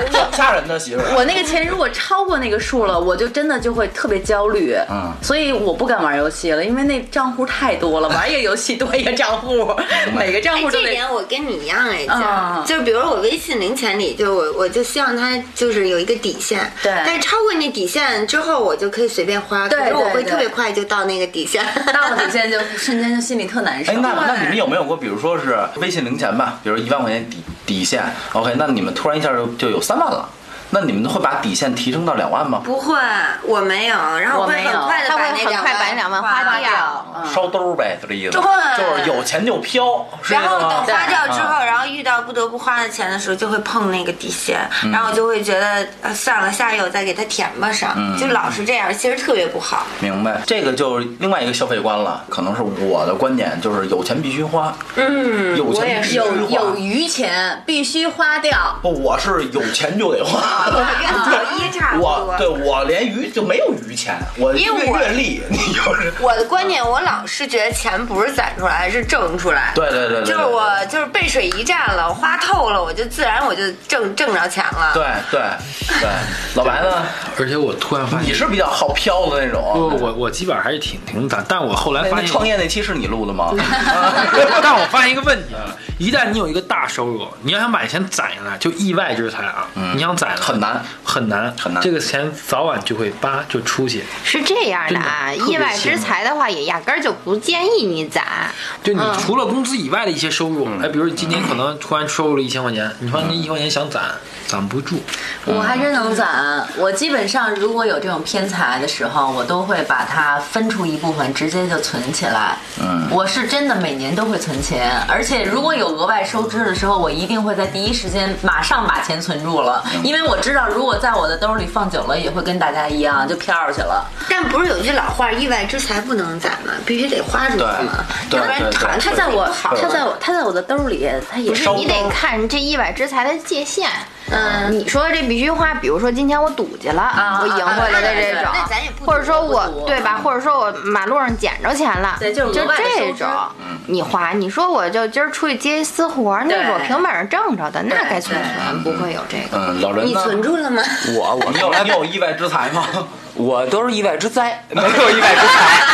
Speaker 4: 对我
Speaker 1: 吓人的媳妇 儿。
Speaker 4: 我那个钱如果超过那个数了，我就真的就会特别焦虑，
Speaker 1: 嗯
Speaker 4: 所以我不敢玩游戏了，因为那账户太多了，玩一个游戏多一个账户，每个账
Speaker 6: 哎
Speaker 4: 户，都
Speaker 6: 这
Speaker 4: 得。
Speaker 6: 点我跟你一样哎，
Speaker 4: 啊
Speaker 6: 就就比如我微信零钱里，就我我就希望它就是有一个底线，
Speaker 4: 对
Speaker 6: 但是超过那底线之后，我就可以随便花，
Speaker 4: 对
Speaker 6: 可是我
Speaker 4: 对
Speaker 6: 会
Speaker 4: 对
Speaker 6: 特别快就到那个底线。
Speaker 4: 到了底线就瞬间就心里特难受。
Speaker 1: 哎，那那你们有没有过，比如说是微信零钱吧，比如一万块钱底底线，OK，那你们突然一下就就有三万了，那你们会把底线提升到两万吗？
Speaker 6: 不会，我没有，然后
Speaker 4: 我
Speaker 6: 会
Speaker 4: 没有
Speaker 6: 很快的
Speaker 2: 他会
Speaker 6: 把那
Speaker 2: 很快把那两
Speaker 6: 两
Speaker 2: 万
Speaker 4: 花
Speaker 2: 花
Speaker 4: 掉
Speaker 2: 掉。
Speaker 1: 烧兜儿呗，就这意思，
Speaker 6: 对
Speaker 1: 就是有钱就飘，是这
Speaker 6: 然后
Speaker 1: 个
Speaker 6: 等
Speaker 1: 吗？
Speaker 6: 花掉之
Speaker 1: 对
Speaker 6: 后，然后遇到不得不花的钱的时候，就会碰那个底线，然后我就会觉得，呃，算了，下月我再给它填吧上，就老是这样，其实特别不好。
Speaker 1: 明白，这个就是另外一个消费观了，可能是我的观点，就是有钱必须花，
Speaker 6: 嗯
Speaker 1: 有
Speaker 6: 我
Speaker 1: 钱
Speaker 6: 也
Speaker 1: 必
Speaker 6: 是
Speaker 1: 须
Speaker 4: 有
Speaker 1: 花。
Speaker 4: 有余钱必须花掉，
Speaker 1: 不，我是有钱就得花。
Speaker 6: 跟小一差不
Speaker 1: 我
Speaker 6: 多。
Speaker 1: 对我连余就没有余钱，我月
Speaker 6: 因为我
Speaker 1: 月历，你就是
Speaker 6: 我的观点，我老是觉得钱不是攒出来，是挣出来。
Speaker 1: 对对对对对
Speaker 6: 就是我就是背水一战了，我花透了，我就自然我就挣挣着钱了。
Speaker 1: 对对对，老白呢？
Speaker 3: 而且我突然发
Speaker 1: 你
Speaker 3: 现，
Speaker 1: 是比较好飘的那
Speaker 3: 不，
Speaker 1: 种。
Speaker 3: 我我基本上还是挺挺胆，但我后来
Speaker 1: 那嗯
Speaker 3: 发
Speaker 1: 哎那
Speaker 3: 现，
Speaker 1: 创业那期是你录的吗？啊
Speaker 3: 但我发现一个问题啊，一旦你有一个大收入，你要想把钱攒下来，就意外之财啊，你想攒下来
Speaker 1: 嗯很难
Speaker 3: 很难
Speaker 1: 很难
Speaker 3: 这个钱早晚就会叭就出去。
Speaker 2: 是这样的啊，
Speaker 3: 真的特别
Speaker 2: 意外之财的话，也压根儿就不建议你攒。
Speaker 3: 就你
Speaker 2: 嗯
Speaker 3: 除了工资以外的一些收
Speaker 1: 嗯
Speaker 3: 入，哎，比如今年可能突然收入了一千块钱，你发现这一千块钱想攒，攒不住。
Speaker 4: 我还真能攒。我基本上如果有这种偏财的时候，我都会把它分出一部分，直接就存起来。
Speaker 1: 嗯
Speaker 4: 我是真的每年都会存钱，而且如果有额外收支的时候，我一定会在第一时间马上把钱存住了，因为我知道如果在我的兜里放久了，也会跟大家一样就飘出去了。
Speaker 6: 但不是有句老话，意外之财不能攒吗？必须得花出去吗？
Speaker 1: 对对
Speaker 6: 要不然
Speaker 1: 对对
Speaker 6: 团
Speaker 1: 对
Speaker 6: 它
Speaker 4: 他在我，
Speaker 1: 对
Speaker 4: 他在我，他在我的兜里，他也
Speaker 2: 不是
Speaker 1: 烧
Speaker 2: 你
Speaker 1: 光
Speaker 2: 得看这意外之财的界限。嗯，你说这必须花，比如说今天我赌去了，
Speaker 4: 啊
Speaker 2: 我赢回来的这
Speaker 4: 对对对
Speaker 2: 种
Speaker 6: 那咱也不，赌
Speaker 2: 或者说
Speaker 4: 不赌
Speaker 2: 我对吧？
Speaker 4: 嗯
Speaker 2: 或者说我马路上捡着钱了，
Speaker 4: 对就
Speaker 2: 就是
Speaker 4: 额外的收
Speaker 2: 这
Speaker 4: 支
Speaker 2: 种，你花。你说我就今儿出去接一私活，那是我
Speaker 4: 对
Speaker 2: 凭本事挣着的，那
Speaker 4: 对
Speaker 2: 该存
Speaker 4: 对
Speaker 2: 存，不会有这个。
Speaker 1: 嗯，老人
Speaker 6: 你
Speaker 1: 呢？
Speaker 6: 存住了吗？
Speaker 5: 我我
Speaker 1: 你
Speaker 5: 从
Speaker 1: 有
Speaker 5: 来
Speaker 1: 你
Speaker 5: 不
Speaker 1: 有意外之财吗？
Speaker 5: 我都是意外之灾，没有意外之 财。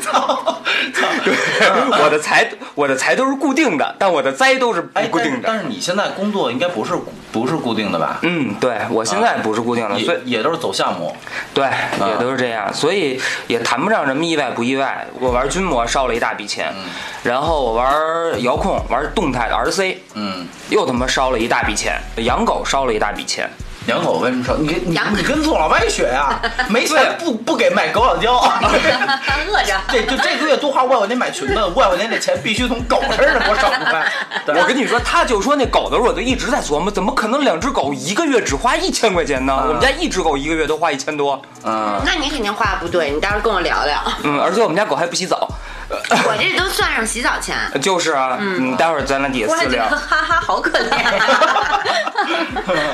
Speaker 5: 操！ 我的财，我的财都是固定的，但我的灾都是不
Speaker 1: 哎，
Speaker 5: 固定
Speaker 1: 但但
Speaker 5: 的。
Speaker 1: 是你现在工作应该不是不是固定的吧？
Speaker 5: 嗯，对，我现在不是固定的，所
Speaker 1: 也啊
Speaker 5: 以
Speaker 1: 也都啊是走项目。
Speaker 5: 对也都是这样，所以也谈不上什么意外不意外。我玩军模烧了一大笔钱，嗯然后我玩遥控，玩动态的 RC，
Speaker 1: 嗯，
Speaker 5: 又他妈烧了一大笔钱，养狗烧了一大笔钱。
Speaker 1: 养狗为什么说你跟你
Speaker 6: 养
Speaker 1: 你跟宋老歪学呀？没钱不不给买狗咬胶。
Speaker 4: 饿着。
Speaker 1: 这就这个月多花五百块钱买裙子，五百块钱这钱必须从狗身上给我省出来。对
Speaker 5: 我跟你说，他就说那狗的时候，我就一直在琢磨，怎么可能两只狗一个月只花一千块钱呢？
Speaker 1: 啊
Speaker 5: 我们家一只狗一个月都花一千多，
Speaker 1: 嗯，
Speaker 6: 那你肯定花不对，你到时候跟我聊聊。
Speaker 5: 嗯，而且我们家狗还不洗澡，
Speaker 6: 我这都算上洗澡钱。
Speaker 5: 就是啊，嗯，待会儿咱俩底下
Speaker 4: 我还
Speaker 5: 私
Speaker 4: 觉
Speaker 5: 聊
Speaker 4: 得，哈哈，好可啊 怜。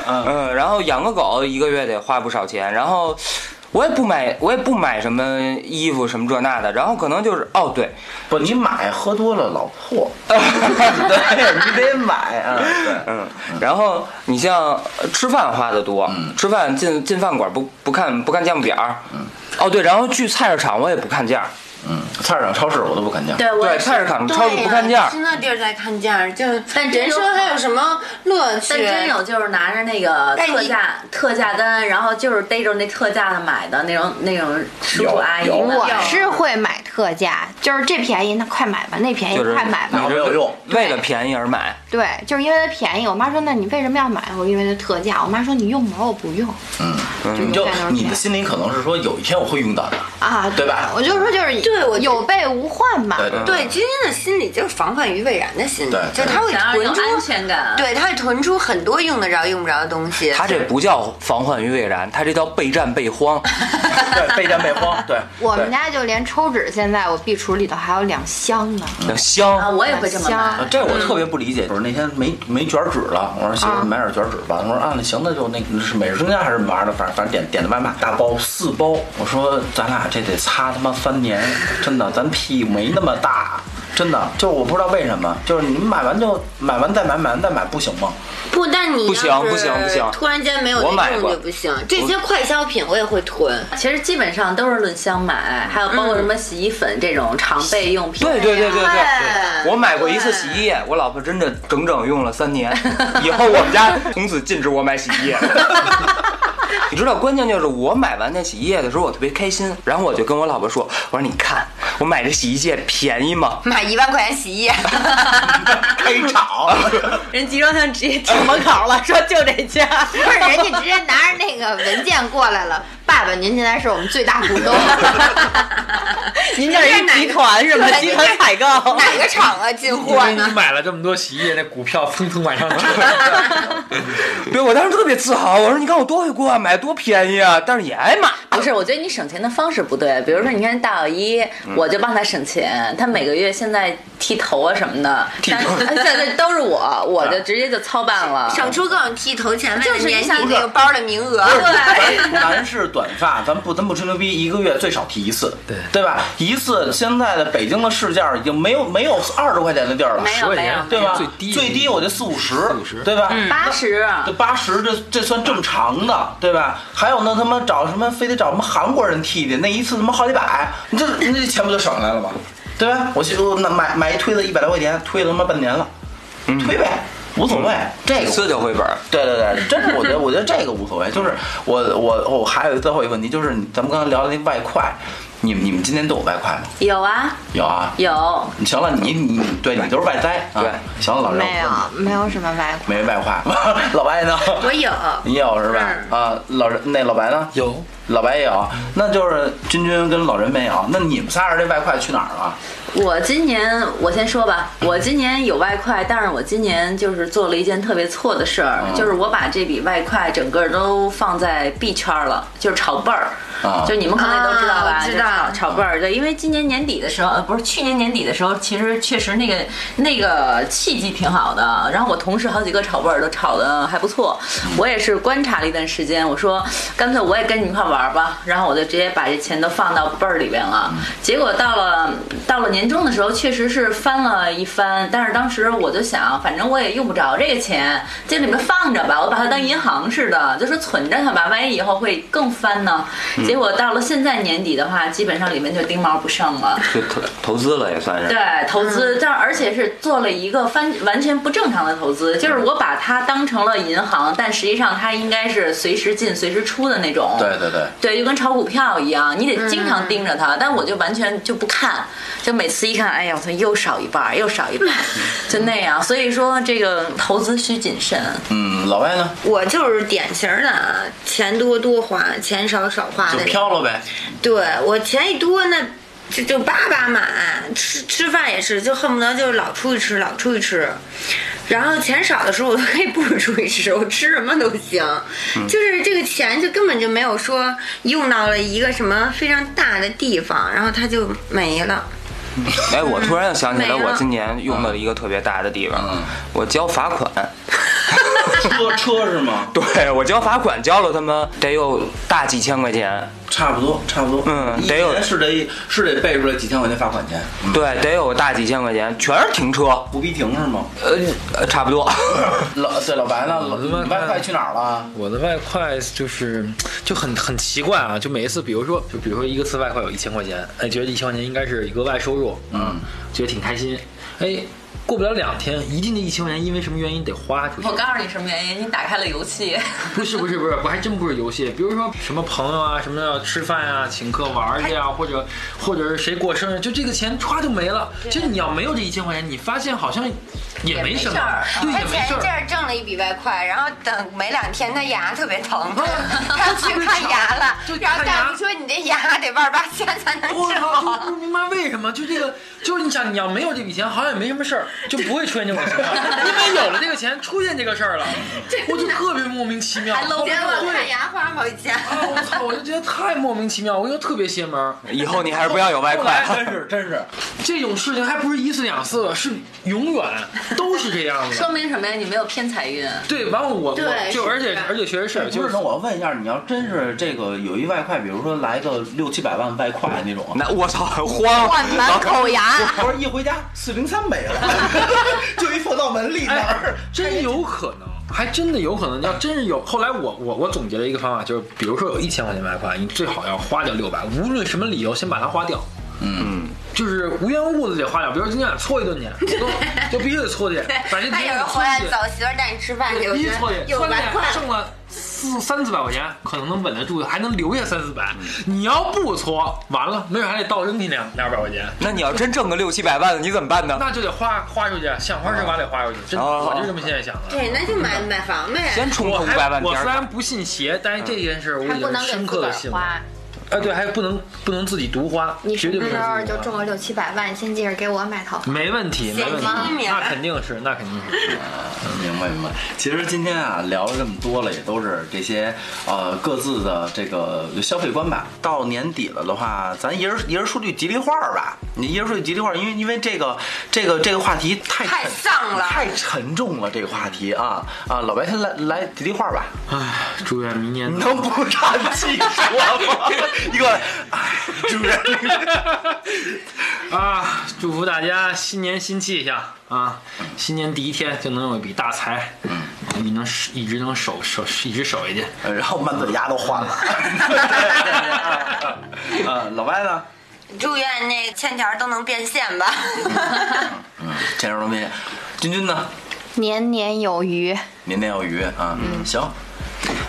Speaker 1: 啊
Speaker 5: 嗯，然后养个狗一个月得花不少钱，然后。我也不买，我也不买什么衣服什么这那的，然后可能就是哦，对，
Speaker 1: 不，你买喝多了老破， 对你得买啊。对，
Speaker 5: 嗯，然后你像呃吃饭花的多，吃饭进进饭馆不不看不看价目表儿，哦对，然后去菜市场我也不看价儿，
Speaker 1: 嗯，菜市场、超市我都不敢讲。
Speaker 4: 对，我
Speaker 5: 对，
Speaker 4: 也是。
Speaker 5: 菜市场超市不看
Speaker 6: 对
Speaker 5: 价
Speaker 6: 呀
Speaker 5: 儿
Speaker 6: 就，是那地儿在看价儿，就是
Speaker 4: 但真
Speaker 6: 人
Speaker 4: 有
Speaker 6: 生还有什么乐趣？
Speaker 4: 但真有就是拿着那个
Speaker 6: 但
Speaker 4: 特
Speaker 6: 一
Speaker 4: 价特价单，然后就是逮着那特价的买的那种那种叔叔
Speaker 1: 有
Speaker 4: 阿姨
Speaker 1: 有
Speaker 4: 们
Speaker 2: 我是会买特价，就是这便宜那快买吧，那便宜
Speaker 5: 就是
Speaker 2: 快买吧
Speaker 1: 那。没有用，
Speaker 5: 为了便宜而买，
Speaker 2: 对，就是因为它便宜。我妈说：“那你为什么要买？”我说：“因为它特价。”我妈说：“你用吗？”我不用。
Speaker 1: 嗯，
Speaker 2: 就
Speaker 1: 你
Speaker 2: 永
Speaker 1: 就
Speaker 2: 远都是
Speaker 1: 你
Speaker 2: 这
Speaker 1: 的
Speaker 2: 样
Speaker 1: 心里可能是说有一天我会用到的，
Speaker 2: 啊，
Speaker 1: 对吧
Speaker 2: 我就说就是
Speaker 6: 对我
Speaker 2: 有备无患嘛。
Speaker 1: 对对
Speaker 6: 对，军人的心理就是防患于未然的心理
Speaker 1: 对，
Speaker 6: 就是他会
Speaker 4: 想要有
Speaker 6: 囤出
Speaker 4: 安全感。
Speaker 6: 对，他会囤出很多用得着用不着的东西。
Speaker 5: 他这不叫防患于未然，他这叫备战备荒。
Speaker 1: 对，备战备荒，对，
Speaker 2: 我们
Speaker 1: 对
Speaker 2: 家就连抽纸，现在我壁橱里头还有两箱呢。
Speaker 4: 啊，
Speaker 5: 香，
Speaker 4: 我也会这么
Speaker 2: 香
Speaker 4: 买
Speaker 1: 啊。这我特别不理解，就是那天没没卷纸了，我说媳妇儿
Speaker 2: 啊
Speaker 1: 买点卷纸吧，我说啊那行那就那个是美食家还是玩的，反正反正点点的外卖，大包四包，我说咱俩这得擦他妈三年，真的，咱屁股没那么大，真的，就是我不知道为什么，就是你们买完就买完再买，买完再买不行吗？
Speaker 6: 不，但你
Speaker 5: 不行
Speaker 6: 要是
Speaker 5: 不行不行
Speaker 6: 突然间没有
Speaker 5: 我买
Speaker 6: 那用
Speaker 5: 过
Speaker 6: 就不行。这些快消品我也会囤，
Speaker 4: 其实基本上都是论箱买，还有包括什么洗衣粉这种常备用品。
Speaker 5: 对对对对
Speaker 6: 哎
Speaker 5: 对，我买过一次洗衣液，我老婆真的整整用了三年，以后我们家从此禁止我买洗衣液。 你知道，关键就是我买完那洗衣液的时候，我特别开心，然后我就跟我老婆说：“我说你看，我买这洗衣液便宜吗？
Speaker 6: 买一万块钱洗衣 液，
Speaker 1: 开场，
Speaker 4: 人集装箱直接 停门口了，说就这家。
Speaker 2: 不是，人家直接拿着那个文件过来了。爸爸，您现在是我们最大股 东。
Speaker 4: 您这是一集团 是吗？集团采 购。
Speaker 6: 哪个厂啊进
Speaker 3: 因
Speaker 6: 货
Speaker 3: 为你
Speaker 6: 呢？
Speaker 3: 买了这么多洗衣液，那股票蹭蹭往上涨。
Speaker 5: 对我当时特别自豪，我说你看我多会过啊，买多便宜啊，但是也挨骂。
Speaker 4: 不是，我觉得你省钱的方式不对。比如说，你看大小一，
Speaker 1: 嗯
Speaker 4: 我就帮他省钱，他每个月现在剃头啊什么的，
Speaker 1: 剃头啊
Speaker 4: 但 对对，都是我，我就直接就操办了。
Speaker 6: 省出各种剃头钱，为
Speaker 4: 就
Speaker 6: 了
Speaker 4: 是
Speaker 6: 年
Speaker 4: 一
Speaker 6: 底
Speaker 4: 下
Speaker 6: 那个包的名额。
Speaker 1: 咱男士短发，咱不咱不吹牛逼，一个月最少剃一次，
Speaker 3: 对
Speaker 1: 对吧？一次现在的北京的市价已经没有没有二十块钱的地儿了，
Speaker 4: 没有
Speaker 3: 10块
Speaker 4: 没有
Speaker 3: 钱，
Speaker 1: 对吧？
Speaker 3: 最低
Speaker 1: 最低我就四五十，
Speaker 3: 50
Speaker 1: 对吧？
Speaker 4: 八十。
Speaker 1: 这八十这这算正常的，对吧？还有那他妈找什么非得找什么韩国人剃的，那一次他妈好几百，你这你这钱不就省下来了吗？对吧？我就那买买一推子一百来块钱，推了他妈半年了，推呗，无所谓，这
Speaker 5: 每
Speaker 1: 个
Speaker 5: 次就回本儿，
Speaker 1: 对对对，真是我觉得，我觉得这个无所谓。就是我我我还有最后一个问题，就是你咱们刚才聊的那外快，你们你们今天都有外快吗？
Speaker 4: 有啊
Speaker 1: 有啊。
Speaker 4: 有，
Speaker 1: 你行了，你你你对你都是外栽啊。
Speaker 5: 对，
Speaker 1: 行了，老师，
Speaker 2: 没有，没有什么外快。
Speaker 1: 没外快。 老白呢？
Speaker 6: 我有，
Speaker 1: 你有是吧？啊，老人那老白呢？
Speaker 3: 有，
Speaker 1: 老白也有，那就是君君跟老人没有。那你们仨人这外快去哪儿了？
Speaker 4: 我今年我先说吧，我今年有外快，但是我今年就是做了一件特别错的事儿，就是我把这笔外快整个都放在币圈了，就是炒倍儿。
Speaker 1: 啊
Speaker 4: 就你们可能也都知道吧，
Speaker 6: 啊
Speaker 4: 就
Speaker 6: 知道
Speaker 4: 炒炒倍儿。对，因为今年年底的时候，呃，不是去年年底的时候，其实确实那个那个契机挺好的。然后我同事好几个炒倍儿都炒的还不错，我也是观察了一段时间，我说干脆我也跟你们一块玩儿吧，然后我就直接把这钱都放到倍儿里边了。结果到了到了年终的时候，确实是翻了一番，但是当时我就想，反正我也用不着这个钱，这里面放着吧，我把它当银行似的，就是存着它吧，万一以后会更翻呢。结果到了现在年底的话，基本上里面就丁毛不剩了。
Speaker 5: 就投投资了也算是。
Speaker 4: 对，投资，但而且是做了一个翻完全不正常的投资，就是我把它当成了银行，但实际上它应该是随时进随时出的那种。
Speaker 1: 对对对，
Speaker 4: 对，就跟炒股票一样，你得经常盯着它。但我就完全就不看，就每次一看，哎呀，我操，又少一半儿，又少一半儿，就那样。所以说，这个投资需谨慎。
Speaker 1: 嗯，老白呢？
Speaker 6: 我就是典型的啊，钱多多花，钱少少花
Speaker 1: 就
Speaker 6: 的人。
Speaker 1: 飘了呗。
Speaker 6: 对我钱一多那。就就叭叭买，吃吃饭也是，就恨不得就是老出去吃，老出去吃。然后钱少的时候，我都可以不出去吃，我吃什么都行。就是这个钱就根本就没有说用到了一个什么非常大的地方，然后它就没了。
Speaker 5: 哎，我突然又想起来，
Speaker 6: 没了
Speaker 5: 我今年用了一个特别大的地方
Speaker 1: 嗯，
Speaker 5: 我交罚款。
Speaker 1: 车车是吗？
Speaker 5: 对我交罚款交了他妈得有大几千块钱，
Speaker 1: 差不多，差不多。
Speaker 5: 嗯
Speaker 1: 一
Speaker 5: 得有
Speaker 1: 年是得是得备出来几千块钱罚款钱，嗯
Speaker 5: 对，得有大几千块钱，全是停车，
Speaker 1: 不逼停是吗？
Speaker 5: 呃，呃差不多。
Speaker 1: 老对老白呢？老
Speaker 3: 我他妈
Speaker 1: 你外快去哪儿了？
Speaker 3: 我的外快就是就很很奇怪啊，就每一次，比如说就比如说一个次嗯外快有一千块钱，哎，觉得一千块钱应该是一个外收入，嗯，觉得挺开心，哎，过不了两天，一定那一千块钱因为什么原因得花出去
Speaker 4: 我。告诉你什么原因，你打开了游戏，
Speaker 3: 不是不是不是，我还真不是游戏，比如说什么朋友啊，什么要吃饭啊，请客玩儿去啊，或者或者是谁过生日，就这个钱歘就没了。就是你要没有这一千块钱，你发现好像也没什么
Speaker 4: 也没事儿，
Speaker 3: 对，
Speaker 6: 他
Speaker 3: 也没
Speaker 6: 前
Speaker 3: 事
Speaker 6: 一阵
Speaker 3: 儿。
Speaker 6: 儿挣了一笔外快，然后等没两天，他牙特 别疼，他去看牙了
Speaker 3: 就，
Speaker 6: 然后
Speaker 3: 看牙
Speaker 6: 大夫说你这牙得万八千才能
Speaker 3: 我
Speaker 6: 治
Speaker 3: 操，
Speaker 6: 好。
Speaker 3: 就不明白嗯为什么，就这个，就是你想，你要没有这笔钱，好像也没什么事儿，就不会出现这种情况。 因为有了这个钱，出现这个事 儿了，我就特别莫名其妙。
Speaker 4: 还搂
Speaker 6: 结
Speaker 4: 着
Speaker 6: 果看
Speaker 3: 对，
Speaker 6: 牙花好几千，
Speaker 3: 啊，我操，我就觉得太莫名其妙，我就特别邪门儿。
Speaker 5: 以后你还是不要有外
Speaker 3: 后来
Speaker 5: 快。
Speaker 1: 哎真 是真是，
Speaker 3: 这种事情还不是一次两次，是永远都是这样的。
Speaker 4: 说明什么呀？你没有偏财运。
Speaker 3: 对，完了我我
Speaker 6: 对
Speaker 3: 就是而且
Speaker 6: 这样
Speaker 3: 而且确实是，
Speaker 1: 哎不？
Speaker 3: 就是
Speaker 1: 那我问一下，你要真是这个有一外快，比如说来个六七百万外快那种，
Speaker 5: 那我操，慌！
Speaker 2: 换满口牙，
Speaker 1: 不是一回家四零三没了，就一放到门 里那
Speaker 3: 哎
Speaker 1: 儿。，
Speaker 3: 真有可能，还真的有可能。要真是有，后来我我我总结了一个方法，就是比如说有一千块钱外快，你最好要花掉六百，无论什么理由，先把它花掉。
Speaker 1: 嗯，
Speaker 3: 就是无缘无故的得花掉，比如说今天想搓一顿去， 就必须得搓去，把这
Speaker 6: 他有时候回来早媳妇儿带你吃饭去，我
Speaker 3: 必须
Speaker 6: 觉
Speaker 3: 搓
Speaker 6: 得
Speaker 3: 去，
Speaker 6: 有
Speaker 3: 搓去
Speaker 6: 外快。
Speaker 3: 剩了四三四百块钱，可能能稳得住，还能留下三四百。你要不搓，完了没准还得倒扔你两两百块钱。
Speaker 5: 那你要真挣个六七百万的，你怎么办呢？
Speaker 3: 那就得花花出去，想花是吧？得花出去，真的，
Speaker 5: 哦
Speaker 3: 我就这么现在想的。
Speaker 6: 对，那就买买房呗。
Speaker 5: 先充个
Speaker 3: 我
Speaker 5: 五
Speaker 3: 还
Speaker 5: 百万
Speaker 3: 我
Speaker 5: 边
Speaker 3: 虽
Speaker 5: 儿
Speaker 3: 然不信邪，但是这件事我
Speaker 2: 还
Speaker 3: 已
Speaker 2: 不
Speaker 3: 经
Speaker 2: 能给
Speaker 3: 深
Speaker 2: 自
Speaker 3: 刻
Speaker 2: 个
Speaker 3: 的
Speaker 2: 儿
Speaker 3: 信了。
Speaker 2: 花。
Speaker 3: 哎，对，还不能不能自己独花，
Speaker 2: 你什
Speaker 3: 绝对
Speaker 2: 么
Speaker 3: 不能
Speaker 2: 时
Speaker 3: 自己
Speaker 2: 候就
Speaker 3: 花
Speaker 2: 中了六七百万，先记着给我买套房。
Speaker 3: 没问题，没问题，
Speaker 6: 闲心眼儿
Speaker 3: 那肯定是，那肯定是。
Speaker 1: 明白明白。其实今天啊聊了这么多了，也都是这些呃各自的这个消费观吧。到年底了的话，咱一人一人说句吉利话儿吧。你一人说句吉利话儿，因为因为这个这个这个话题太
Speaker 6: 太
Speaker 1: 沉
Speaker 6: 丧了
Speaker 1: 太沉重了这个话题啊啊！老白先来来吉利话儿吧，
Speaker 3: 唉，祝愿明年
Speaker 1: 你能不叹气说吗？ 一个哎，主人。
Speaker 3: 啊，祝福大家新年新气象啊！新年第一天就能有一笔大财，嗯，你能守一直能守守一直守下去。
Speaker 1: 然后满嘴牙都换了。呃，老白呢？
Speaker 6: 祝愿那欠条都能变现吧。
Speaker 1: 嗯，这样都没见。君君呢？
Speaker 2: 年年有余，
Speaker 1: 年年有余啊。嗯，行，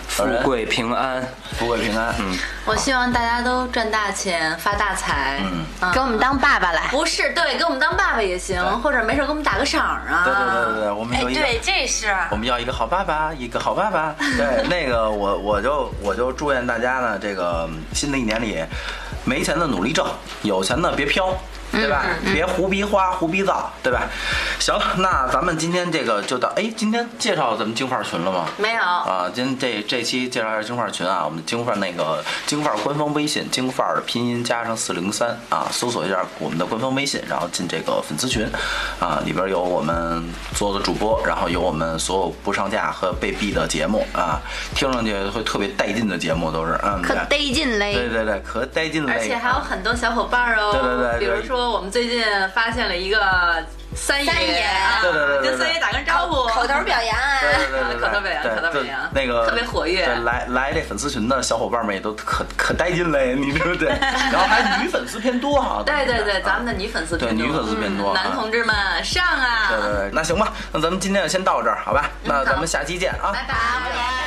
Speaker 5: 富贵平安。
Speaker 1: 富贵平安。嗯，
Speaker 4: 我希望大家都赚大钱，发大财。
Speaker 1: 嗯
Speaker 4: 啊
Speaker 2: 给我们当爸爸来。
Speaker 4: 不是对，给我们当爸爸也行，或者没事给我们打个赏啊。
Speaker 1: 对对对对，我们
Speaker 6: 哎，
Speaker 1: 有一个。
Speaker 6: 对，这是。
Speaker 1: 我们要一个好爸爸，一个好爸爸。 对，那个我我就我就祝愿大家呢，这个嗯新的一年里，没钱的努力挣，有钱的别飘，对吧？别胡逼花，胡逼造，对吧？行了，那咱们今天这个就到。哎，今天介绍咱们京范儿群了吗？
Speaker 4: 没有
Speaker 1: 啊，今天这这期介绍一下京范儿群啊，我们京范儿那个京范儿官方微信，京范儿的拼音加上四零三啊，搜索一下我们的官方微信，然后进这个粉丝群啊，里边有我们所有的主播，然后有我们所有不上架和被毙的节目啊，听上去会特别带劲的节目都是，嗯，
Speaker 2: 可
Speaker 1: 对
Speaker 2: 得劲嘞！
Speaker 1: 对对对，可带劲了，
Speaker 4: 而且还有很多小伙伴儿哦，
Speaker 1: 对对对对
Speaker 4: 比如说我们最近发现了一个三
Speaker 6: 三爷
Speaker 4: 啊，
Speaker 1: 对对对对对
Speaker 4: 跟三爷打个招呼，
Speaker 6: 口头表扬啊，
Speaker 1: 对对对 对对，
Speaker 4: 口头表扬
Speaker 1: 对
Speaker 4: 口头表
Speaker 1: 对
Speaker 4: 扬
Speaker 1: 那个
Speaker 4: 啊特别活跃
Speaker 1: 对，来来这粉丝群的小伙伴们也都可可带劲嘞， 你对不 对？然后还女粉丝偏多哈。
Speaker 4: 对对对，
Speaker 1: 啊
Speaker 4: 咱们的女粉丝
Speaker 1: 对
Speaker 4: 偏多，
Speaker 1: 女粉丝偏多啊
Speaker 4: 嗯男同志们上
Speaker 1: 对
Speaker 4: 啊！嗯
Speaker 1: 对对，那行吧，那咱们今天就先到这儿，好吧？那咱们下期见啊！
Speaker 4: 拜拜。